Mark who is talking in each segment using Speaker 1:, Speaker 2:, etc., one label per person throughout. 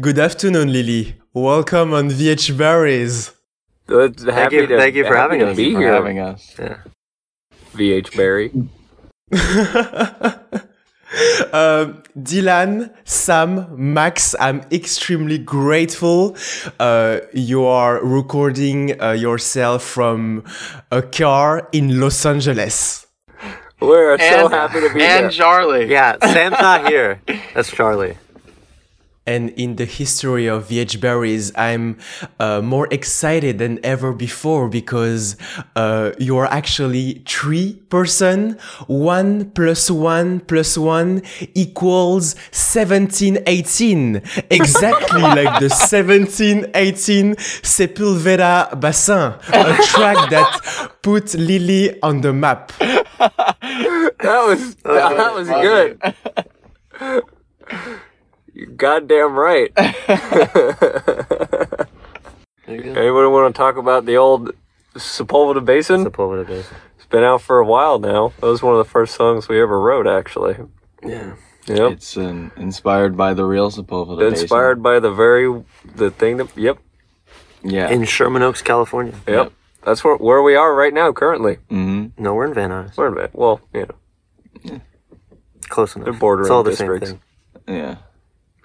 Speaker 1: Good afternoon, Lily. Welcome on VH Berries.
Speaker 2: Good, happy
Speaker 3: you-
Speaker 2: to,
Speaker 3: thank you for
Speaker 2: happy
Speaker 3: having
Speaker 2: to
Speaker 3: us.
Speaker 2: Be
Speaker 3: For
Speaker 2: here,
Speaker 3: having
Speaker 2: us.
Speaker 3: Yeah.
Speaker 2: VH Barry.
Speaker 1: Um, Dylan, Sam, Max, I'm extremely grateful. Uh, you are recording uh, yourself from a car in Los Angeles.
Speaker 2: We're so
Speaker 3: And-
Speaker 2: happy to be
Speaker 4: and
Speaker 2: here.
Speaker 4: Charlie.
Speaker 3: Yeah, Sam's not here. That's Charlie.
Speaker 1: And in the history of VH Berries, I'm uh, more excited than ever before because uh, you are actually three person. One plus one plus one equals 17, 18. Exactly like the 17, 18 Sepulveda Bassin, a track that put Lily on the map.
Speaker 2: That was that was good. You're goddamn right. Anyone want to talk about the old Sepulveda Basin?
Speaker 3: Sepulveda Basin.
Speaker 2: it's been out for a while now. That was one of the first songs we ever wrote, actually.
Speaker 3: Yeah.
Speaker 2: Yep.
Speaker 5: It's um, inspired by the real Sepulveda.
Speaker 2: Inspired by the very the thing that. Yep.
Speaker 5: Basin. Yeah.
Speaker 3: In Sherman Oaks, California.
Speaker 2: Yep. That's where where we are right now currently.
Speaker 3: Mm.
Speaker 5: hmm
Speaker 3: No, we're in Van Nuys.
Speaker 2: Wait a minute. Well, you know,
Speaker 3: Close enough.
Speaker 2: they're bordering
Speaker 3: It's all the
Speaker 2: districts.
Speaker 3: same thing.
Speaker 5: Yeah.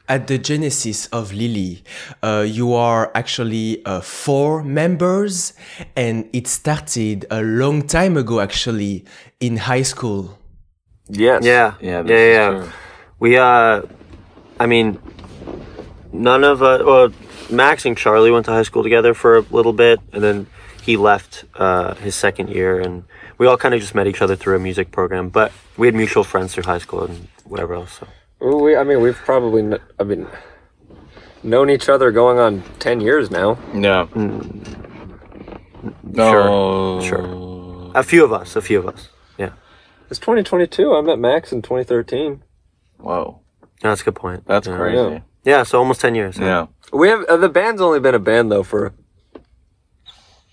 Speaker 1: At the genesis of Lily, uh, you are actually uh, four members, and it started a long time ago, actually, in high school.
Speaker 2: Yes.
Speaker 3: Yeah.
Speaker 5: Yeah.
Speaker 3: yeah.
Speaker 5: This
Speaker 3: yeah.
Speaker 5: Is true.
Speaker 3: We uh, I mean, none of uh, well, Max and Charlie went to high school together for a little bit, and then he left uh, his second year, and we all kind of just met each other through a music program. But we had mutual friends through high school and whatever else. So
Speaker 2: Well, We, I mean, we've probably, kn- I mean, known each other going on 10 years now.
Speaker 5: No. Hmm. No. Sure.
Speaker 3: a few of us, a few of us. Yeah,
Speaker 2: It's 2022. I met Max in 2013.
Speaker 5: Whoa.
Speaker 3: no, that's a good point.
Speaker 5: That's
Speaker 3: yeah.
Speaker 5: crazy.
Speaker 3: Yeah, so almost ten years.
Speaker 5: Yeah.
Speaker 2: We have, uh, the band's only been a band though for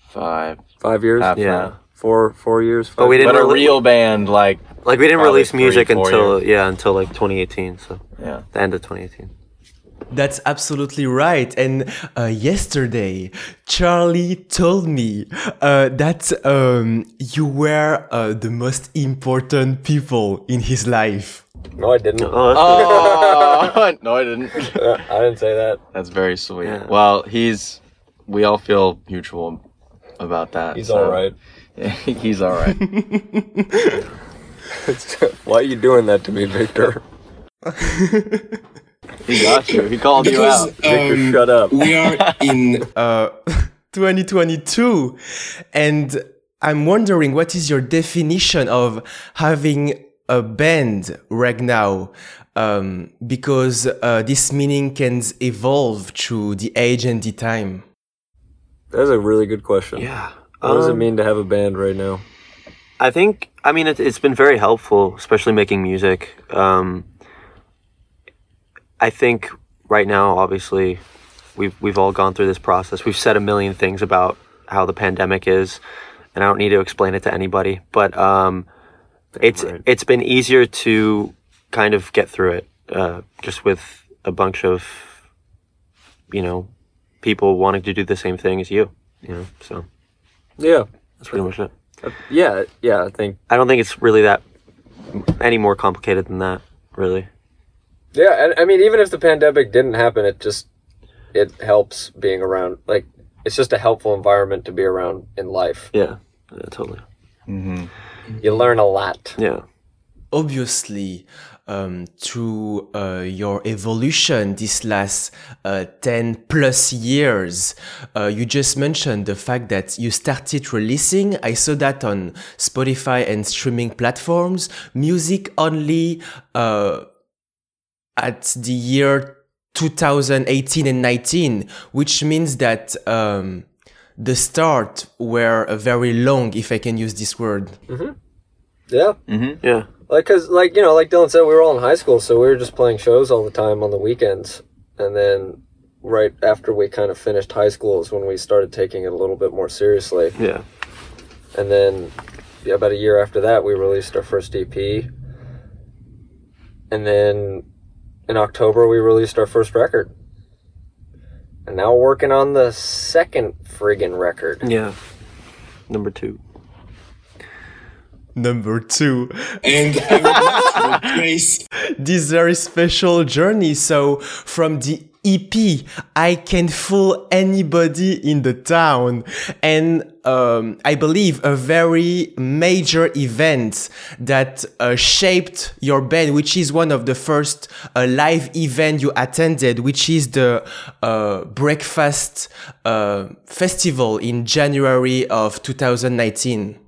Speaker 5: Five.
Speaker 2: five years,
Speaker 5: Half
Speaker 3: Yeah.
Speaker 5: five.
Speaker 2: four, four years. Five
Speaker 3: But we didn't
Speaker 5: But a
Speaker 3: really-
Speaker 5: real band, like,
Speaker 3: Like we didn't
Speaker 5: Probably
Speaker 3: release
Speaker 5: three,
Speaker 3: music
Speaker 5: four
Speaker 3: until yeah until like 2018. So
Speaker 5: yeah.
Speaker 3: the end of 2018.
Speaker 1: That's absolutely right. And uh, yesterday, Charlie told me uh, that um, you were uh, the most important people in his life.
Speaker 2: No, I didn't. Uh,
Speaker 3: Oh, that's
Speaker 5: Oh no, I didn't.
Speaker 2: I didn't say that.
Speaker 5: That's very sweet.
Speaker 3: Yeah.
Speaker 5: Well, he's. We all feel mutual about that.
Speaker 2: He's
Speaker 5: so-
Speaker 2: all right.
Speaker 5: he's all right.
Speaker 2: Why are you doing that to me, Victor?
Speaker 5: he got you. He called you out.
Speaker 2: Victor, shut up.
Speaker 1: we are in uh, 2022 and i'm wondering what is your definition of having a band right now um, because uh, this meaning can evolve through the age and the time
Speaker 2: That's a really good question.
Speaker 3: yeah.
Speaker 2: What does it
Speaker 3: Um,
Speaker 2: mean to have a band right now?
Speaker 3: I think I mean it, it's been very helpful, especially making music. Um, I think right now, obviously, we've we've all gone through this process. We've said a million things about how the pandemic is, and I don't need to explain it to anybody. But um, it's it's been easier to kind of get through it, uh, just with a bunch of you know people wanting to do the same thing as you. You know, so
Speaker 2: Yeah.
Speaker 3: that's pretty much it.
Speaker 2: Yeah. Yeah. I think.
Speaker 3: I don't think it's really that any more complicated than that, really.
Speaker 2: Yeah, and I mean, even if the pandemic didn't happen, it just it helps being around. Like, it's just a helpful environment to be around in life.
Speaker 3: Yeah, yeah totally.
Speaker 2: You learn a lot.
Speaker 3: Yeah.
Speaker 1: obviously um, through uh, your evolution this last uh, 10 plus years uh, you just mentioned the fact that you started releasing i saw that on spotify and streaming platforms music only uh, at the year 2018 and 19 which means that um, the start were uh, very long if i can use this word
Speaker 2: Yeah,
Speaker 3: Yeah.
Speaker 2: like because like you know, like Dylan said, we were all in high school, so we were just playing shows all the time on the weekends, and then right after we kind of finished high school is when we started taking it a little bit more seriously,
Speaker 3: Yeah.
Speaker 2: and then yeah, about a year after that, we released our first E EP, and then in October we released our first record. and now we're working on the second friggin' record.
Speaker 3: Yeah. Number two.
Speaker 1: Number two,
Speaker 4: And I would like to replace
Speaker 1: this very special journey. So from the EP, I can fool anybody in the town. And um, I believe a very major event that uh, shaped your band, which is one of the first uh, live event you attended, which is the uh, Breakfast uh, Festival in January of 2019.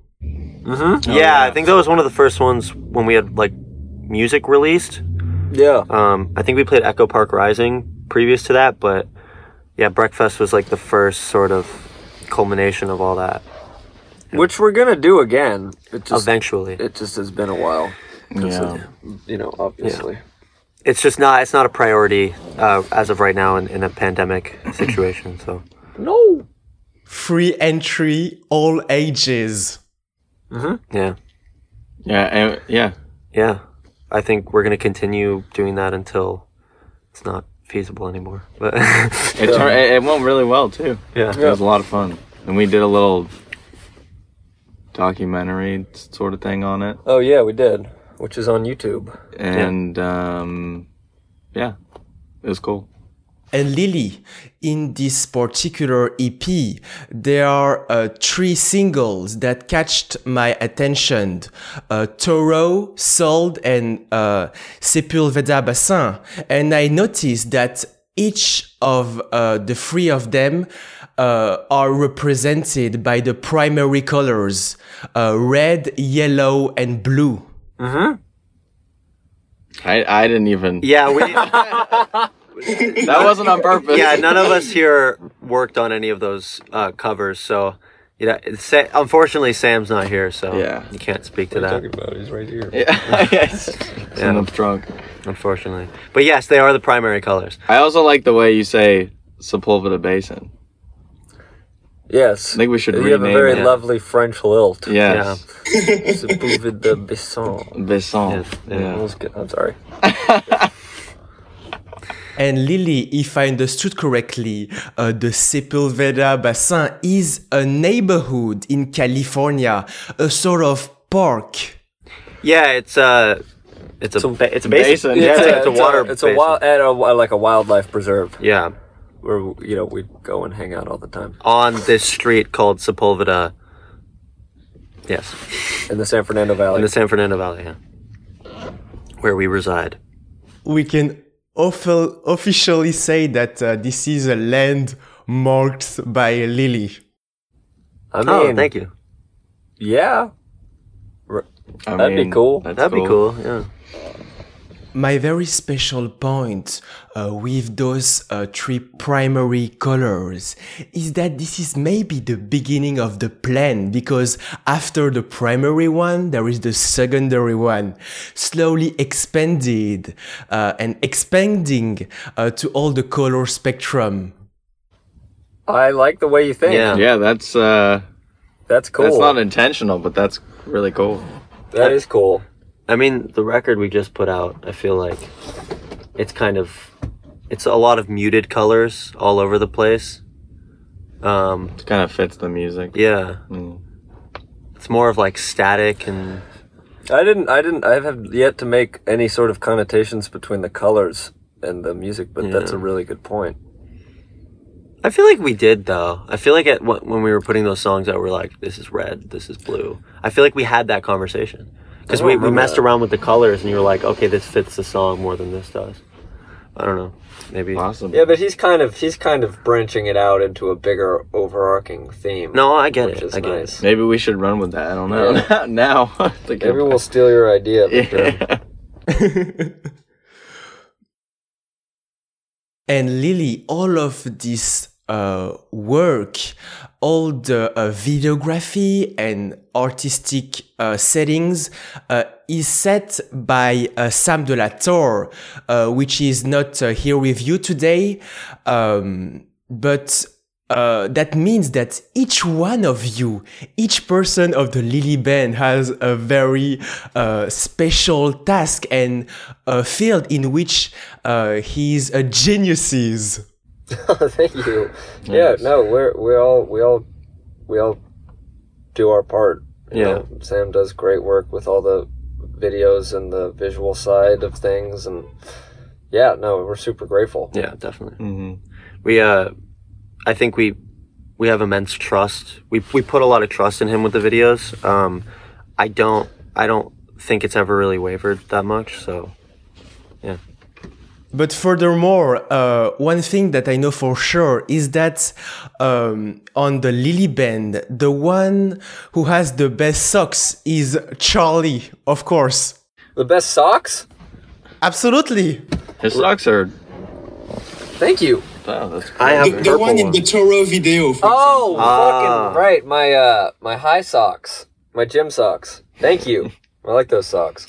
Speaker 3: yeah, I think that was one of the first ones when we had like music released.
Speaker 2: Yeah.
Speaker 5: Uh,
Speaker 3: Um, I think we played Echo Park Rising previous to that, but yeah, Breakfast was like the first sort of culmination of all that.
Speaker 2: Which we're gonna do again. It just
Speaker 3: Eventually,
Speaker 2: it just has been a while.
Speaker 5: Yeah.
Speaker 2: You know, obviously.
Speaker 3: it's just not it's not a priority uh, as of right now in, in a pandemic situation. So
Speaker 2: No.
Speaker 1: Free entry, all ages.
Speaker 3: yeah,
Speaker 5: Yeah. and- yeah.
Speaker 3: yeah, I think we're gonna continue doing that until it's not feasible anymore. But
Speaker 5: It, turned, it, it went really well too.
Speaker 3: yeah,
Speaker 5: It was a lot of fun, and we did a little documentary sort of thing on it,
Speaker 2: Oh yeah, we did. Which is on YouTube.
Speaker 5: and um, yeah, it was cool.
Speaker 1: and Lily. In this particular EP, there are uh, three singles that catched my attention. Uh, Toro, Sold, and uh, Sepulveda Bassin. And I noticed that each of uh, the three of them uh, are represented by the primary colors, uh, red, yellow, and blue.
Speaker 5: I, I didn't even.
Speaker 3: yeah. We
Speaker 5: That wasn't on purpose.
Speaker 3: yeah, none of us here worked on any of those uh, covers, so you know, it's Sa- unfortunately, Sam's not here, so
Speaker 5: Yeah.
Speaker 3: you can't speak to that,
Speaker 2: about he's right here.
Speaker 5: yes. And I'm drunk.
Speaker 3: unfortunately. But yes, they are the primary colors.
Speaker 5: I also like the way you say Sepulveda Basin.
Speaker 2: Yes.
Speaker 5: I think we should
Speaker 2: you
Speaker 5: rename
Speaker 2: have a very
Speaker 5: it.
Speaker 2: lovely French lilt.
Speaker 5: Yes.
Speaker 2: It's a bouvin de Besson.
Speaker 5: Basin.
Speaker 3: Yeah.
Speaker 5: Yeah.
Speaker 2: That was good. I'm sorry.
Speaker 1: And Lily, if I understood correctly, uh, the Sepulveda Bassin is a neighborhood in California, a sort of park.
Speaker 3: Yeah, it's uh, it's, a ba- it's a basin.
Speaker 5: basin,
Speaker 3: Yeah,
Speaker 5: yeah.
Speaker 3: it's, a, it's a water.
Speaker 2: It's a
Speaker 3: basin.
Speaker 2: wild at a, like a wildlife preserve
Speaker 3: Yeah,
Speaker 2: where you know we go and hang out all the time.
Speaker 3: on this street called Sepulveda. Yes,
Speaker 2: In the San Fernando Valley.
Speaker 3: in the San Fernando Valley, yeah, where we reside.
Speaker 1: We can offi- officially say that uh, this is a land marked by Lily.
Speaker 2: I mean,
Speaker 3: Oh, thank you.
Speaker 2: Yeah.
Speaker 5: I
Speaker 2: That'd be cool.
Speaker 5: that's
Speaker 3: That'd be cool. Yeah.
Speaker 1: My very special point uh, with those uh, three primary colors is that this is maybe the beginning of the plan because after the primary one, there is the secondary one, slowly expanded uh, and expanding uh, to all the color spectrum.
Speaker 2: I like the way you think.
Speaker 3: Yeah.
Speaker 5: Yeah, that's uh,
Speaker 2: That's cool.
Speaker 5: that's not intentional, but that's really cool.
Speaker 2: that is cool.
Speaker 3: I mean, the record we just put out, I feel like it's kind of it's a lot of muted colors all over the place. Um,
Speaker 5: It kind of fits the music.
Speaker 3: yeah.
Speaker 2: Hmm.
Speaker 5: Mm.
Speaker 3: It's more of like static and
Speaker 2: I didn't. I didn't. I have yet to make any sort of connotations between the colors and the music, but that's a really good point.
Speaker 3: I feel like we did though. I feel like at wh- when we were putting those songs out, we are like, this is red, this is blue. I feel like we had that conversation because we, we
Speaker 2: remember
Speaker 3: messed around with the colors and you were like, okay, this fits the song more than this does. I don't know. Maybe.
Speaker 5: Possible.
Speaker 2: Yeah, but he's kind of he's kind of branching it out into a bigger overarching theme.
Speaker 3: No, I get
Speaker 2: which
Speaker 3: it.
Speaker 2: is
Speaker 3: I get it.
Speaker 2: nice.
Speaker 5: Maybe we should run with that. I don't know. Not now. Think
Speaker 2: Maybe
Speaker 5: of-
Speaker 2: we'll steal your idea. Victor.
Speaker 5: Yeah.
Speaker 1: And Lily, all of this uh, work, all the uh, videography and artistic uh, settings uh, is set by uh, Sam de la Torre, uh, which is not uh, here with you today. Um, but uh, that means that each one of you, each person of the Lily Band has a very uh, special task and a field in which uh, he's a genius.
Speaker 2: Thank you. Yeah, no, we're we all we all we all do our part. you
Speaker 3: Yeah.
Speaker 2: know. Sam does great work with all the videos and the visual side of things, and yeah, no, we're super grateful.
Speaker 3: Yeah, definitely.
Speaker 5: hmm
Speaker 3: we uh i think we we have immense trust we we put a lot of trust in him with the videos um i don't i don't think it's ever really wavered that much so
Speaker 1: But furthermore, uh, one thing that I know for sure is that um, on the Lily Band, the one who has the best socks is Charlie, of course.
Speaker 2: The best socks.
Speaker 1: Absolutely.
Speaker 5: His socks are.
Speaker 2: Thank you.
Speaker 5: Wow, that's cool.
Speaker 3: I have-
Speaker 5: Very-
Speaker 4: The one in the Toro video. for
Speaker 2: Oh,
Speaker 3: Ah.
Speaker 2: fucking right. My uh, my high socks, my gym socks. Thank you. I like those socks.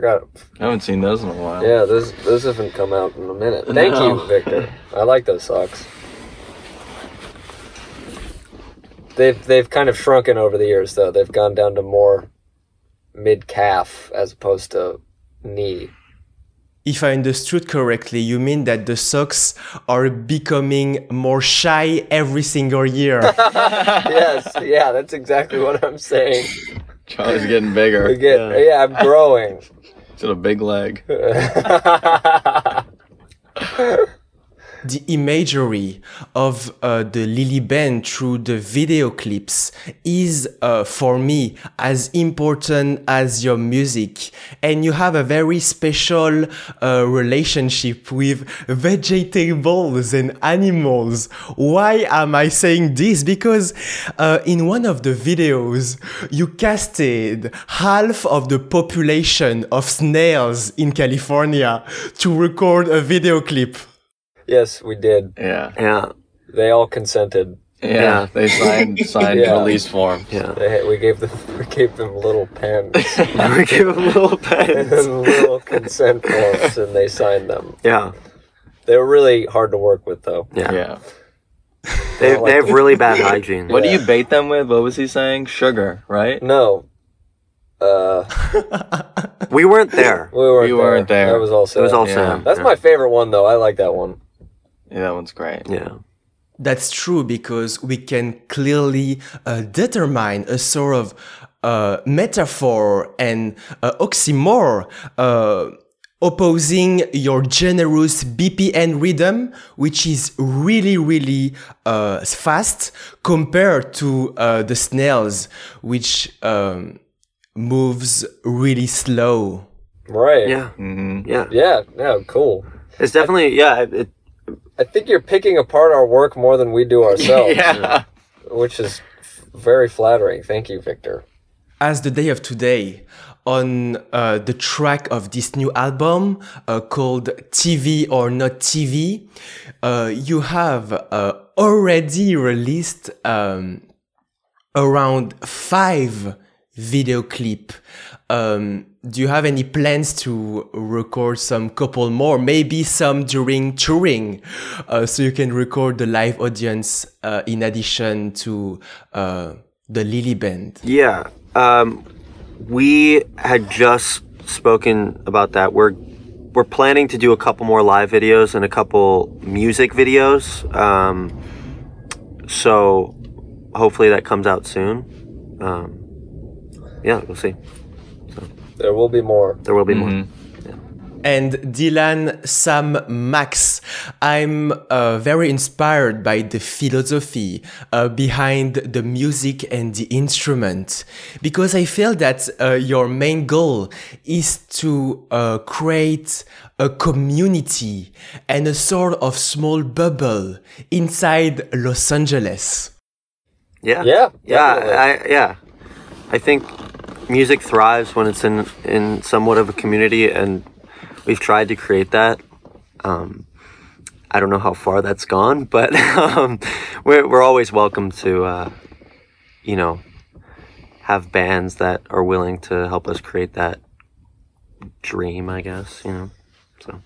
Speaker 2: Forgot.
Speaker 5: I haven't seen those in a while.
Speaker 2: Yeah, those those haven't come out in a minute. Thank
Speaker 5: No.
Speaker 2: you, Victor. I like those socks. They've they've kind of shrunken over the years though. They've gone down to more mid calf as opposed to knee.
Speaker 1: If I understood correctly, you mean that the socks are becoming more shy every single year.
Speaker 2: yes, yeah, that's exactly what I'm saying.
Speaker 5: Charlie's getting bigger.
Speaker 2: Again, yeah. yeah, I'm growing.
Speaker 5: He's got a big leg.
Speaker 1: the imagery of uh, the Lily Band through the video clips is uh, for me as important as your music. And you have a very special uh, relationship with vegetables and animals. Why am I saying this? Because uh, in one of the videos, you casted half of the population of snails in California to record a video clip.
Speaker 2: yes, we did.
Speaker 5: Yeah.
Speaker 3: yeah
Speaker 2: They all consented.
Speaker 5: Yeah.
Speaker 3: Yeah.
Speaker 5: They signed signed
Speaker 2: Yeah.
Speaker 5: release form.
Speaker 3: yeah
Speaker 2: They, we gave them we gave them little pens
Speaker 3: we give him little
Speaker 2: and
Speaker 3: pens
Speaker 2: little consent forms, and they signed them.
Speaker 3: yeah
Speaker 2: They were really hard to work with, though.
Speaker 3: yeah,
Speaker 5: Yeah.
Speaker 3: They, they have really bad hygiene
Speaker 5: What
Speaker 2: Yeah. Mm.
Speaker 5: do you bait them with? What was he saying? Sugar, right?
Speaker 2: No, uh,
Speaker 3: we weren't there
Speaker 2: we weren't.
Speaker 5: We
Speaker 2: there.
Speaker 5: weren't there.
Speaker 2: That was also.
Speaker 3: it was all
Speaker 5: Yeah.
Speaker 3: sam
Speaker 2: That's
Speaker 3: yeah.
Speaker 2: my favorite one, though. I like that one.
Speaker 5: Yeah, that one's great.
Speaker 3: yeah
Speaker 1: That's true because we can clearly uh, determine a sort of uh, metaphor and uh, oxymoron uh, opposing your generous BPN rhythm, which is really, really uh, fast compared to uh, the snails, which um, moves really slow.
Speaker 2: Right.
Speaker 3: yeah
Speaker 5: Mm-hmm.
Speaker 3: yeah
Speaker 2: Yeah. Yeah. Cool.
Speaker 3: it's definitely yeah it, it-
Speaker 2: I think you're picking apart our work more than we do ourselves,
Speaker 5: Yeah.
Speaker 2: which is f- very flattering. Thank you, Victor.
Speaker 1: as the day of today on uh, the track of this new album uh, called TV or Not TV, uh, you have uh, already released um, around five video clip. Um, do you have any plans to record some couple more? Maybe some during touring, uh, so you can record the live audience uh, in addition to uh, the Lily Band.
Speaker 3: Yeah. Um, we had just spoken about that. We're we're planning to do a couple more live videos and a couple music videos. Um, so hopefully that comes out soon. Um, yeah, we'll see.
Speaker 2: There will be more.
Speaker 3: There will be more.
Speaker 1: and Dylan Sam Max. I'm uh, very inspired by the philosophy uh, behind the music and the instrument because I feel that uh, your main goal is to uh, create a community and a sort of small bubble inside Los Angeles.
Speaker 3: Yeah.
Speaker 2: Yeah,
Speaker 3: Yeah. I,
Speaker 2: definitely.
Speaker 3: yeah. I think music thrives when it's in in somewhat of a community, and we've tried to create that. Um, I don't know how far that's gone, but um, we're we're always welcome to, uh, you know, have bands that are willing to help us create that dream. I guess you know. So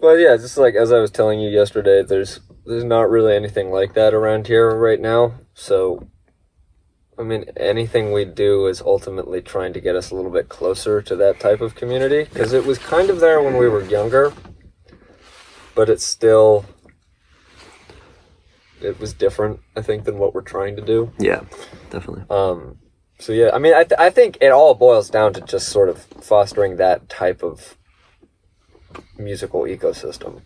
Speaker 2: Well, yeah, just like as I was telling you yesterday, there's there's not really anything like that around here right now. So, I mean, anything we do is ultimately trying to get us a little bit closer to that type of community because it was kind of there when we were younger, but it's still it was different, I think, than what we're trying to do.
Speaker 3: Yeah, definitely.
Speaker 2: Um, so yeah, I mean, I, th- I think it all boils down to just sort of fostering that type of musical ecosystem.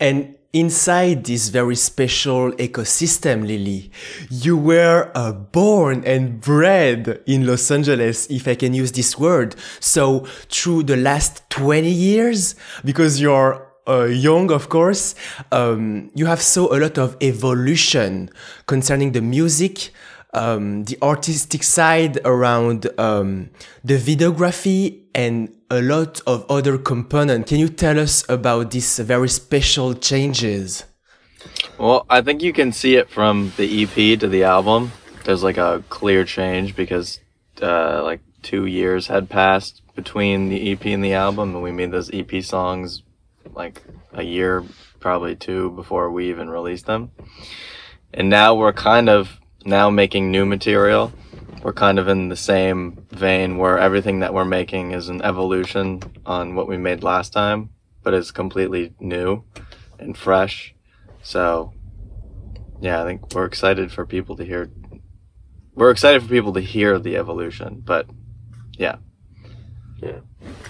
Speaker 1: And inside this very special ecosystem, Lily, you were uh, born and bred in Los Angeles, if I can use this word. So through the last 20 years, because you're uh, young, of course, um, you have saw a lot of evolution concerning the music, um, the artistic side around um, the videography and a lot of other components. Can you tell us about these very special changes?
Speaker 5: Well, I think you can see it from the EP to the album. There's like a clear change because uh, like two years had passed between the EP and the album, and we made those EP songs like a year, probably two, before we even released them. And now we're kind of now making new material. We're kind of in the same vein where everything that we're making is an evolution on what we made last time, but it's completely new and fresh. So, yeah, I think we're excited for people to hear. We're excited for people to hear the evolution, but yeah.
Speaker 2: Yeah.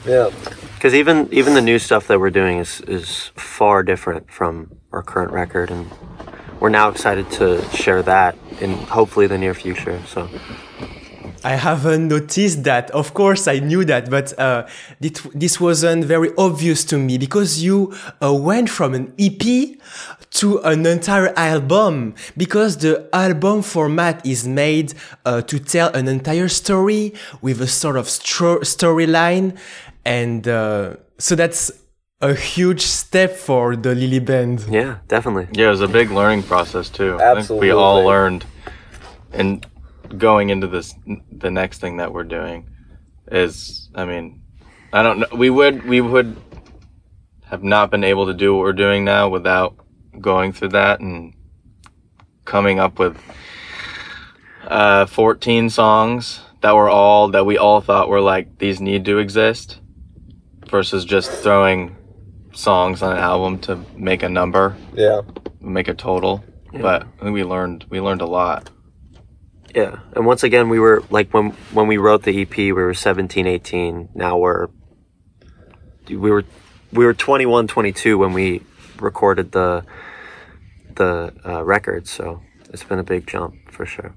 Speaker 2: Yeah.
Speaker 3: Because even even the new stuff that we're doing is is far different from our current record, and we're now excited to share that in hopefully the near future. So.
Speaker 1: I haven't noticed that. Of course, I knew that, but uh, it, this wasn't very obvious to me because you uh, went from an EP to an entire album because the album format is made uh, to tell an entire story with a sort of stro- storyline. And uh, so that's a huge step for the Lily Band.
Speaker 3: Yeah, definitely.
Speaker 5: Yeah, it was a big learning process too.
Speaker 2: Absolutely.
Speaker 5: I think we all learned, and going into this, the next thing that we're doing is, I mean, I don't know. We would we would have not been able to do what we're doing now without going through that and coming up with uh, 14 songs that were all that we all thought were like these need to exist versus just throwing songs on an album to make a number,
Speaker 2: Yeah.
Speaker 5: make a total. But I think we learned we learned a lot.
Speaker 3: Yeah. And once again, we were like when when we wrote the EP, we were 17, 18. Now we're we were we were 21, 22 when we recorded the the uh, record. So it's been a big jump for sure.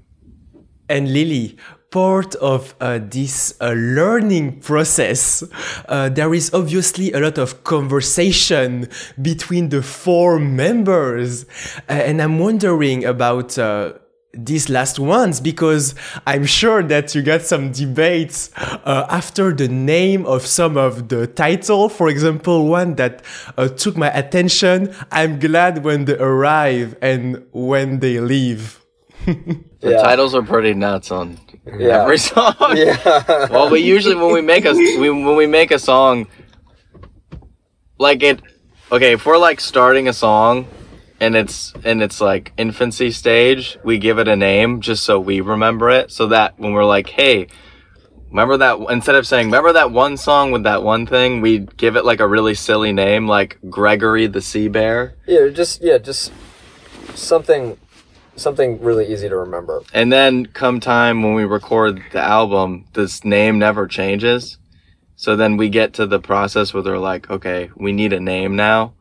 Speaker 1: and Lily, part of uh, this uh, learning process, uh, there is obviously a lot of conversation between the four members. Uh, and I'm wondering about uh, these last ones because I'm sure that you got some debates uh, after the name of some of the title. For example, one that uh, took my attention. I'm glad when they arrive and when they leave.
Speaker 5: The
Speaker 2: Yeah.
Speaker 5: titles are pretty nuts on
Speaker 2: Yeah.
Speaker 5: every song.
Speaker 2: Yeah.
Speaker 5: well, we usually when we make a we, when we make a song, like it, okay. If we're like starting a song, and it's and it's like infancy stage, we give it a name just so we remember it, so that when we're like, hey, remember that instead of saying remember that one song with that one thing, we give it like a really silly name, like Gregory the Sea Bear.
Speaker 2: yeah. Just yeah. Just something. Something really easy to remember.
Speaker 5: And then come time when we record the album, this name never changes. So then we get to the process where they're like, okay, we need a name now.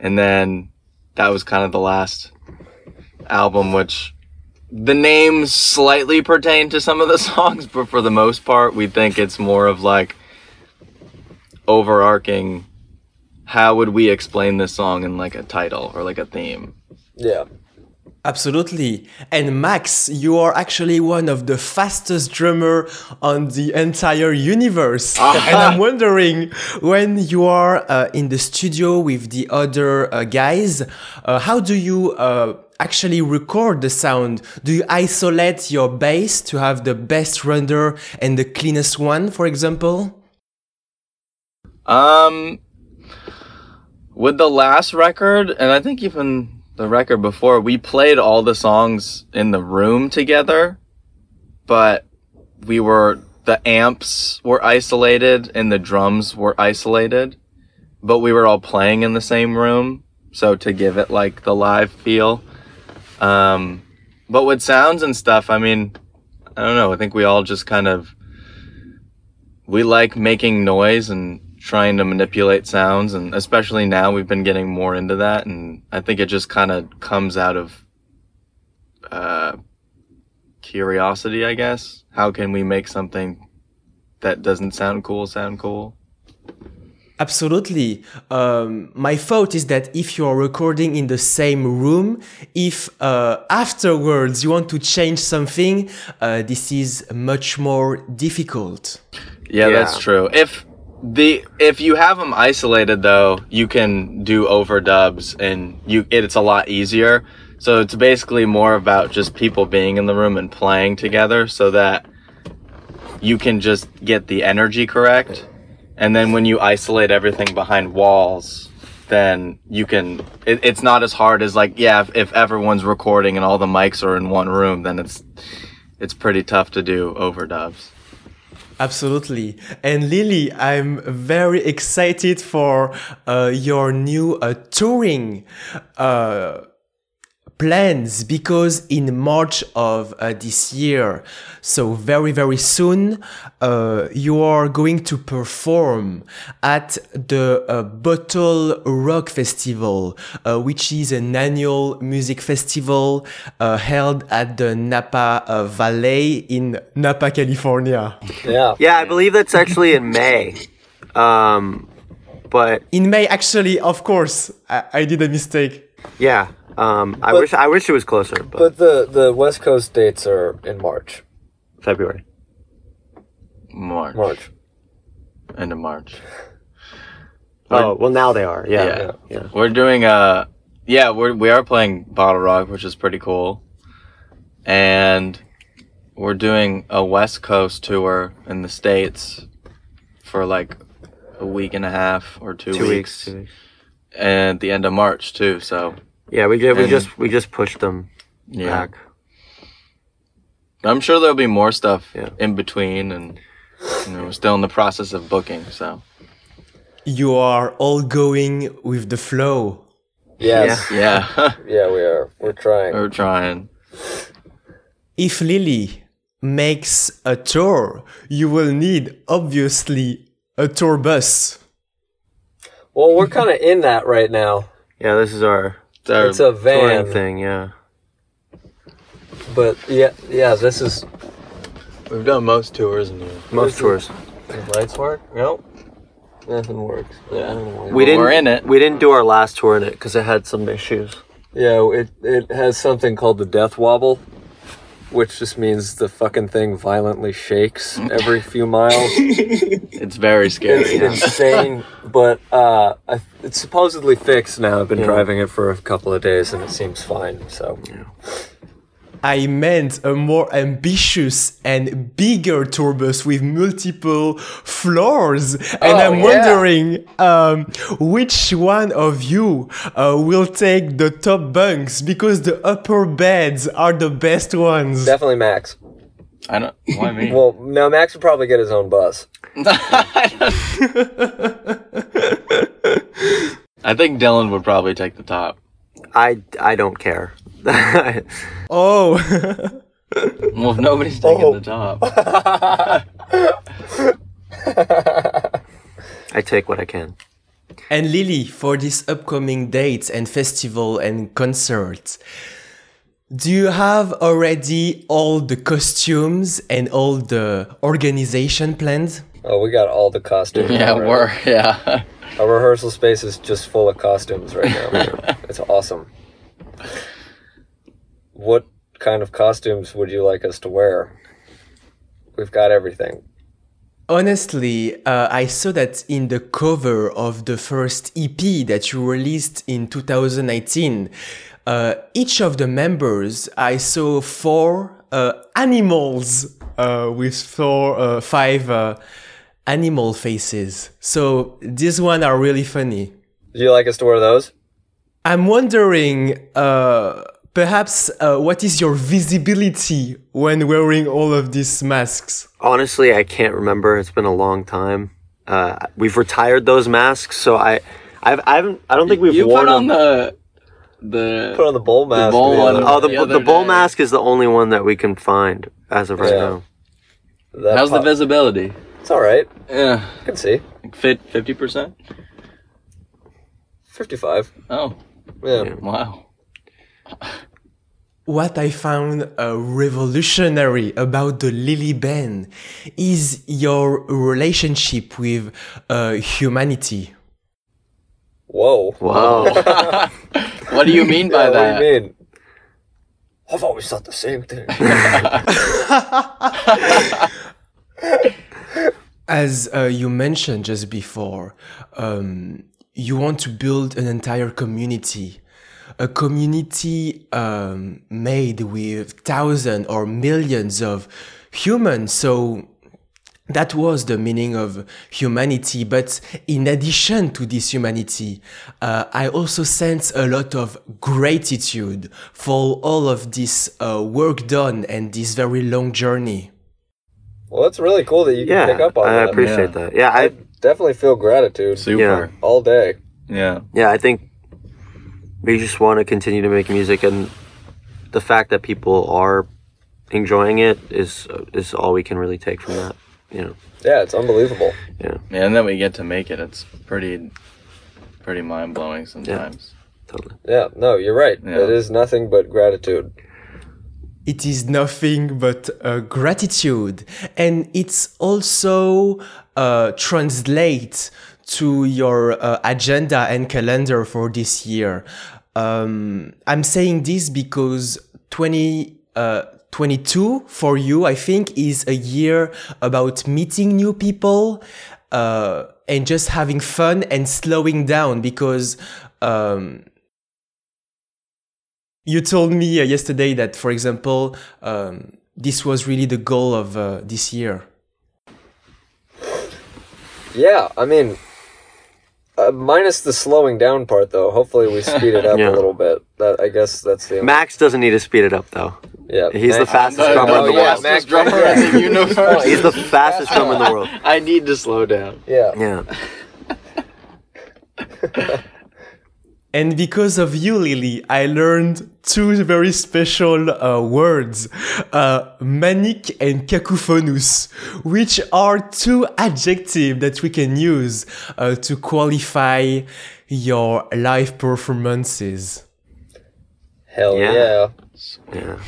Speaker 5: And then that was kind of the last album, which the names slightly pertain to some of the songs, but for the most part, we think it's more of like overarching. How would we explain this song in like a title or like a theme?
Speaker 2: Yeah.
Speaker 1: Absolutely. And Max, you are actually one of the fastest drummer on the entire universe. and I'm wondering when you are uh, in the studio with the other uh, guys, uh, how do you uh, actually record the sound? Do you isolate your bass to have the best render and the cleanest one, for example?
Speaker 5: Um, with the last record, and I think even the record before, we played all the songs in the room together, but we were the amps were isolated and the drums were isolated, but we were all playing in the same room, so to give it like the live feel. Um, but with sounds and stuff, I mean, I don't know. I think we all just kind of we like making noise and trying to manipulate sounds, and especially now we've been getting more into that, and I think it just kind of comes out of uh, curiosity, I guess. How can we make something that doesn't sound cool sound cool?
Speaker 1: Absolutely. Um, my thought is that if you are recording in the same room, if uh, afterwards you want to change something, uh, this is much more difficult.
Speaker 5: Yeah, that's
Speaker 3: Yeah.
Speaker 5: true. If the if you have them isolated though, you can do overdubs and you it, it's a lot easier. So it's basically more about just people being in the room and playing together so that you can just get the energy correct. And then when you isolate everything behind walls, then you can it, it's not as hard as like yeah, if, if everyone's recording and all the mics are in one room, then it's it's pretty tough to do overdubs.
Speaker 1: Absolutely. And Lily, I'm very excited for uh, your new uh, touring uh, plans because in March of uh, this year, so very, very soon, uh, you are going to perform at the uh, Bottle Rock Festival, uh, which is an annual music festival uh, held at the Napa uh, Valley in Napa, California.
Speaker 2: Yeah.
Speaker 3: Yeah, I believe that's actually in May. Um, but
Speaker 1: In May, actually, of course, I, I did a mistake.
Speaker 3: yeah, um, I wish I wish it was closer, but,
Speaker 2: But the the West Coast dates are in March.
Speaker 3: February.
Speaker 5: March.
Speaker 2: March.
Speaker 5: End of March.
Speaker 3: Oh well, now they are. Yeah,
Speaker 5: Yeah.
Speaker 3: yeah.
Speaker 5: We're doing uh yeah, we're we are playing Bottle Rock, which is pretty cool. And we're doing a West Coast tour in the States for like a week and a half or two,
Speaker 3: Two weeks.
Speaker 5: weeks.
Speaker 3: Two weeks.
Speaker 5: And at the end of March too, so
Speaker 3: Yeah, we did, we
Speaker 5: And-
Speaker 3: just we just pushed them
Speaker 5: yeah.
Speaker 3: back.
Speaker 5: I'm sure there'll be more stuff
Speaker 3: Yeah.
Speaker 5: in between and you know, we're still in the process of booking, so
Speaker 1: You are all going with the flow.
Speaker 2: Yes.
Speaker 5: yeah.
Speaker 2: Yeah. we are. We're
Speaker 3: Uh,
Speaker 2: trying.
Speaker 5: we're trying.
Speaker 1: If Lily makes a tour, you will need, obviously, a tour bus.
Speaker 2: Well, we're kind of in that right now.
Speaker 3: Yeah, this is our
Speaker 5: It's our-
Speaker 2: It's a
Speaker 3: uh, touring
Speaker 2: van,
Speaker 3: thing. Yeah,
Speaker 2: but yeah, yeah. This is
Speaker 5: we've done most tours in the
Speaker 3: most tours.
Speaker 2: lights work. No, nothing works. Yeah.
Speaker 3: We didn't.
Speaker 5: we're in it.
Speaker 3: We didn't do our last tour in it because it had some issues.
Speaker 2: Yeah, it it has something called the death wobble, which just means the fucking thing violently shakes every few miles.
Speaker 5: It's very
Speaker 2: It's
Speaker 5: scary.
Speaker 2: insane, but uh, I, it's supposedly fixed now. I've been
Speaker 3: Yeah.
Speaker 2: driving it for a couple of days, and it seems fine. So
Speaker 1: I meant a more ambitious and bigger tour bus with multiple floors. And
Speaker 2: Oh,
Speaker 1: I'm
Speaker 2: yeah.
Speaker 1: wondering um, which one of you uh, will take the top bunks because the upper beds are the best ones.
Speaker 2: definitely Max.
Speaker 5: I don't why me?
Speaker 2: Well, no, Max would probably get his own bus.
Speaker 5: I think Dylan would probably take the top.
Speaker 3: I I don't care.
Speaker 1: Oh.
Speaker 5: Well, if nobody's taking
Speaker 2: Oh.
Speaker 5: the top,
Speaker 3: I take what I can.
Speaker 1: and Lily for these upcoming dates and festival and concerts. Do you have already all the costumes and all the organization plans?
Speaker 2: Oh, we got all the costumes.
Speaker 5: yeah,
Speaker 2: already.
Speaker 5: we're yeah.
Speaker 2: Our rehearsal space is just full of costumes right now. it's awesome. What kind of costumes would you like us to wear? We've got everything.
Speaker 1: Honestly, uh, I saw that in the cover of the first EP that you released in 2019. Uh, each of the members, I saw four uh, animals uh, with four, uh, five uh, animal faces. So these one are really funny.
Speaker 2: Would you like us to wear those?
Speaker 1: I'm wondering, uh, perhaps, uh, what is your visibility when wearing all of these masks?
Speaker 3: Honestly, I can't remember. It's been a long time. Uh, we've retired those masks, so I, I've, I haven't. I don't think we've
Speaker 5: You
Speaker 3: worn
Speaker 5: put on
Speaker 3: them.
Speaker 5: the the
Speaker 2: Put on the bowl mask.
Speaker 5: bowl
Speaker 2: the
Speaker 5: one.
Speaker 2: other-
Speaker 3: Oh, the,
Speaker 5: The
Speaker 3: the,
Speaker 5: other
Speaker 3: bowl
Speaker 5: day.
Speaker 3: mask is the only one that we can find as of right
Speaker 2: Yeah.
Speaker 3: now.
Speaker 2: that
Speaker 5: how's the
Speaker 2: pop-
Speaker 5: visibility?
Speaker 2: It's all right.
Speaker 5: Yeah,
Speaker 2: I can see.
Speaker 5: fit fifty percent.
Speaker 2: Fifty-five.
Speaker 5: Oh,
Speaker 2: Yeah.
Speaker 3: Yeah.
Speaker 5: wow.
Speaker 1: What I found uh, revolutionary about the Lily Band is your relationship with uh, humanity.
Speaker 2: Whoa.
Speaker 3: Wow.
Speaker 5: What do you mean by
Speaker 2: Yeah,
Speaker 5: that?
Speaker 2: What do you mean? I've always thought the same thing.
Speaker 1: As uh, you mentioned just before, um, you want to build an entire community, a community um, made with thousands or millions of humans. So that was the meaning of humanity. But in addition to this humanity, uh, I also sense a lot of gratitude for all of this uh, work done and this very long journey.
Speaker 2: well, that's really cool that you can
Speaker 3: yeah,
Speaker 2: pick up on
Speaker 3: I
Speaker 2: that.
Speaker 3: appreciate
Speaker 5: Yeah.
Speaker 3: that. Yeah,
Speaker 2: I
Speaker 3: I
Speaker 2: definitely feel gratitude
Speaker 5: Super.
Speaker 2: all day.
Speaker 5: Yeah.
Speaker 3: yeah, I think we just want to continue to make music, and the fact that people are enjoying it is is all we can really take from that. You know,
Speaker 2: Yeah, it's unbelievable.
Speaker 5: Yeah, and then we get to make it. It's pretty, pretty mind blowing sometimes.
Speaker 3: totally.
Speaker 2: Yeah, no, you're right.
Speaker 5: Yeah.
Speaker 2: It is nothing but gratitude.
Speaker 1: it is nothing but uh, gratitude and it's also uh, translate to your uh, agenda and calendar for this year um, i'm saying this because 20 uh, 22 for you i think is a year about meeting new people uh, and just having fun and slowing down because um, you told me uh, yesterday that, for example, um, this was really the goal of uh, this year.
Speaker 2: Yeah, I mean, uh, minus the slowing down part, though. Hopefully, we speed it up
Speaker 3: Yeah.
Speaker 2: a little bit. That I guess that's the only,
Speaker 3: Max doesn't need to speed it up though.
Speaker 2: yeah.
Speaker 3: He's the
Speaker 2: Max-
Speaker 3: fastest drummer in the
Speaker 2: yeah,
Speaker 3: world.
Speaker 2: Max-
Speaker 5: Uh, drummer in the universe.
Speaker 3: He's the fastest drummer in the world.
Speaker 5: I need to slow down.
Speaker 2: Yeah,
Speaker 3: Yeah.
Speaker 1: And because of you, Lily, I learned two very special uh, words, uh, manic and cacophonous, which are two adjectives that we can use uh, to qualify your live performances.
Speaker 2: hell
Speaker 3: Yeah.
Speaker 2: yeah.
Speaker 3: Yeah.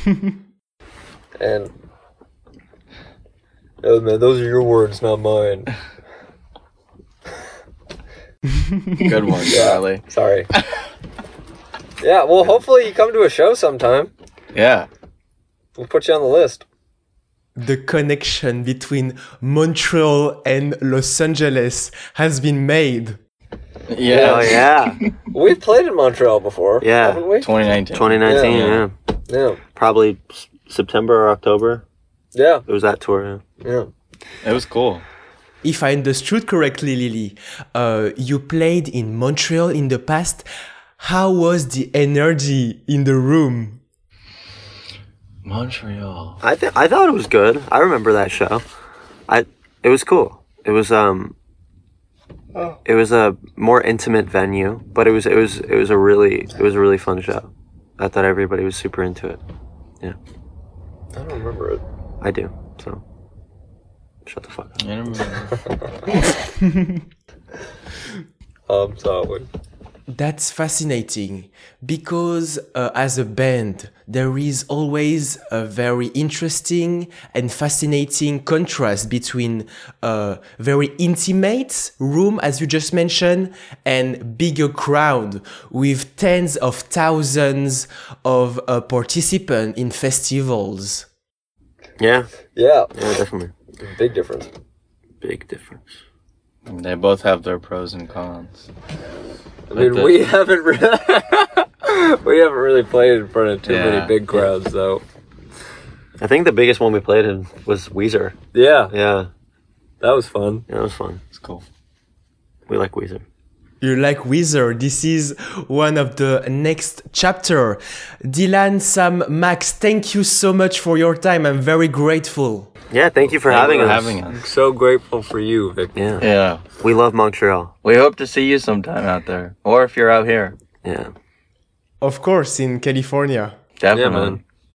Speaker 2: And oh man, those are your words, not mine.
Speaker 5: Good one, Charlie.
Speaker 2: Sorry. yeah, well, hopefully you come to a show sometime.
Speaker 5: Yeah.
Speaker 2: We'll put you on the list.
Speaker 1: The connection between Montreal and Los Angeles has been made.
Speaker 5: Yeah.
Speaker 3: Oh yeah.
Speaker 2: We've played in Montreal before,
Speaker 3: Yeah.
Speaker 2: haven't we?
Speaker 5: 2019.
Speaker 3: 2019.
Speaker 5: Yeah.
Speaker 3: Yeah.
Speaker 2: Yeah,
Speaker 3: Probably s- September or October.
Speaker 2: yeah,
Speaker 3: It was that tour. Yeah.
Speaker 2: yeah.
Speaker 5: It was cool.
Speaker 1: If I understood correctly, Lily, uh, you played in Montreal in the past. How was the energy in the room?
Speaker 5: Montreal.
Speaker 3: I th- I thought it was good. I remember that show. I it was cool. It was um
Speaker 5: Oh.
Speaker 3: it was a more intimate venue, but it was it was it was a really it was a really fun show. I thought everybody was super into it.
Speaker 2: I don't remember it.
Speaker 3: I do. So shut the fuck up.
Speaker 5: I don't remember.
Speaker 2: Um, sorry.
Speaker 1: That's fascinating because uh, as a band, there is always a very interesting and fascinating contrast between uh, very intimate room, as you just mentioned, and bigger crowd with tens of thousands of uh, participants in festivals.
Speaker 3: Yeah,
Speaker 2: Yeah,
Speaker 3: yeah, definitely.
Speaker 2: big difference.
Speaker 3: Big difference.
Speaker 5: they both have their pros and cons.
Speaker 2: I mean,
Speaker 5: the-
Speaker 2: we haven't re- we haven't really played in front of too
Speaker 5: Yeah.
Speaker 2: many big crowds, though.
Speaker 3: I think the biggest one we played in was Weezer.
Speaker 2: Yeah,
Speaker 3: Yeah,
Speaker 2: that was fun.
Speaker 3: yeah, it was fun.
Speaker 5: It's cool.
Speaker 3: We like Weezer.
Speaker 1: You like Wizard. This is one of the next chapter. Dylan, Sam, Max, thank you so much for your time. I'm very grateful.
Speaker 3: Yeah, thank you for
Speaker 5: Thank
Speaker 3: having
Speaker 5: you for
Speaker 3: us.
Speaker 5: having us.
Speaker 2: So grateful for you, Vic.
Speaker 3: Yeah,
Speaker 5: Yeah.
Speaker 3: we love Montreal.
Speaker 5: We hope to see you sometime out there, or if you're out here.
Speaker 3: Yeah,
Speaker 6: Of course, in California.
Speaker 1: Definitely.
Speaker 5: man.